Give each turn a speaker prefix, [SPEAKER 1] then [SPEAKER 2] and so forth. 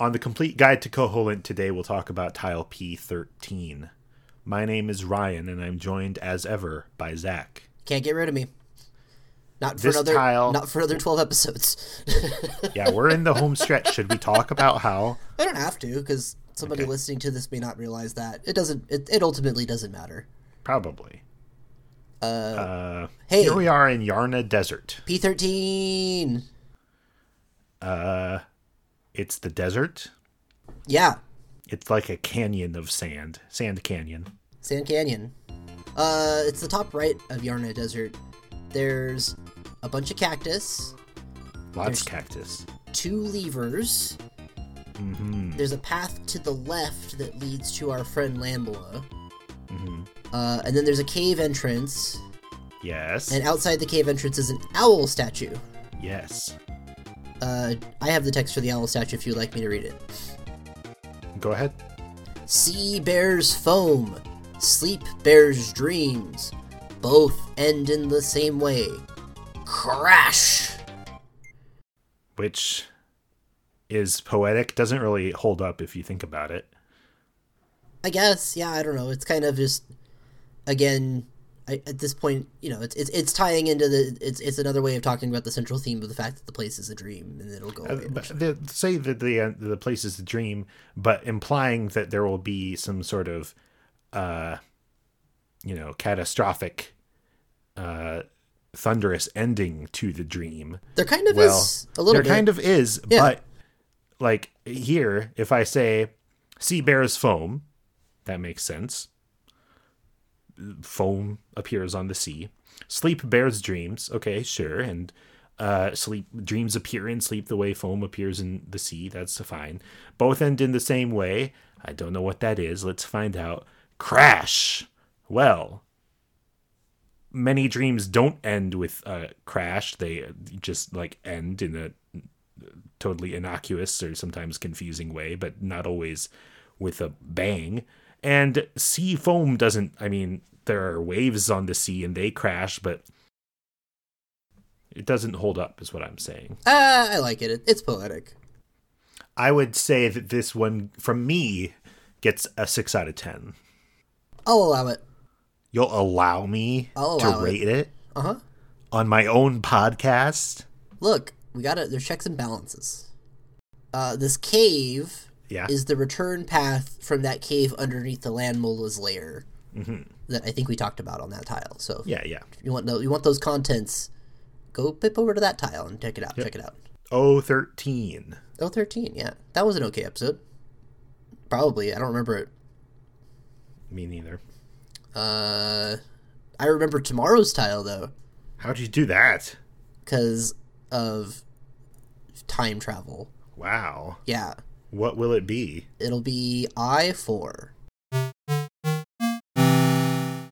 [SPEAKER 1] On the complete guide to Koholint today, we'll talk about tile P13. My name is Ryan, and I'm joined as ever by Zach.
[SPEAKER 2] Can't get rid of me. Not for
[SPEAKER 1] This
[SPEAKER 2] another
[SPEAKER 1] tile-
[SPEAKER 2] not for another twelve episodes.
[SPEAKER 1] Yeah, we're in the home stretch. Should we talk about how?
[SPEAKER 2] I don't have to because somebody
[SPEAKER 1] Okay.
[SPEAKER 2] listening to this may not realize that it doesn't. It, it ultimately doesn't matter.
[SPEAKER 1] Probably.
[SPEAKER 2] Hey,
[SPEAKER 1] Here we are in Yarna Desert.
[SPEAKER 2] P thirteen.
[SPEAKER 1] Uh, It's the desert.
[SPEAKER 2] Yeah,
[SPEAKER 1] It's like a canyon of sand, sand canyon.
[SPEAKER 2] Sand Canyon. Uh, it's the top right of Yarna Desert. There's a bunch of cactus,
[SPEAKER 1] Lots
[SPEAKER 2] There's-
[SPEAKER 1] of cactus. Mm-hmm.
[SPEAKER 2] two levers. There's a path to the left that leads to our friend Lambola.
[SPEAKER 1] Mm-hmm.
[SPEAKER 2] Uh, and then there's a cave entrance,
[SPEAKER 1] Yes.
[SPEAKER 2] and outside the cave entrance is an owl statue.
[SPEAKER 1] Yes.
[SPEAKER 2] Uh, I have the text for the owl statue if you'd like me to read it.
[SPEAKER 1] Go ahead.
[SPEAKER 2] Sea bears foam, sleep bears dreams. Both end in the same way. Crash!
[SPEAKER 1] Which is poetic. Doesn't really hold up if you think about it.
[SPEAKER 2] I guess, yeah, I don't know. It's kind of just, again, I, at this point, you know, it's, it's it's tying into the it's it's another way of talking about the central theme of the fact that the place is a dream and it'll go.
[SPEAKER 1] Uh,
[SPEAKER 2] away.
[SPEAKER 1] but the, say that the uh, the place is a dream, but implying that there will be some sort of, uh, you know, catastrophic, uh, thunderous ending to the dream.
[SPEAKER 2] there kind of
[SPEAKER 1] Well,
[SPEAKER 2] is a little
[SPEAKER 1] there
[SPEAKER 2] bit.
[SPEAKER 1] kind of is,
[SPEAKER 2] Yeah.
[SPEAKER 1] but like here, if I say sea bears foam, that makes sense. Foam appears on the sea. Sleep bears dreams. Okay, sure. And uh, sleep dreams appear in sleep the way foam appears in the sea. That's fine. Both end in the same way. I don't know what that is. Let's find out. Crash. Well, many dreams don't end with a crash. They just like end in a totally innocuous or sometimes confusing way, but not always with a bang. And sea foam doesn't, I mean, there are waves on the sea and they crash, but it doesn't hold up, is what I'm saying.
[SPEAKER 2] Ah, I like it. it. It's poetic.
[SPEAKER 1] I would say that this one, from me, gets a 6 out of 10.
[SPEAKER 2] I'll allow it.
[SPEAKER 1] You'll allow me
[SPEAKER 2] I'll
[SPEAKER 1] to
[SPEAKER 2] allow it.
[SPEAKER 1] rate it
[SPEAKER 2] Uh huh.
[SPEAKER 1] on my own podcast?
[SPEAKER 2] Look, we got it. There's checks and balances. Uh, this cave
[SPEAKER 1] Yeah.
[SPEAKER 2] is the return path from that cave underneath the land mola's lair that I think we talked about on that tile. So
[SPEAKER 1] Mm-hmm. yeah, yeah.
[SPEAKER 2] if you want tho- you want those contents, go pip over to that tile and check it out. Check it out.
[SPEAKER 1] Oh, 13.
[SPEAKER 2] Oh, 13, yeah. That was an okay episode. Probably. I don't remember it.
[SPEAKER 1] Me neither.
[SPEAKER 2] Uh, I remember tomorrow's tile, though,
[SPEAKER 1] How'd you do that?
[SPEAKER 2] because of time travel.
[SPEAKER 1] Wow.
[SPEAKER 2] Yeah.
[SPEAKER 1] What will it be?
[SPEAKER 2] It'll be I4.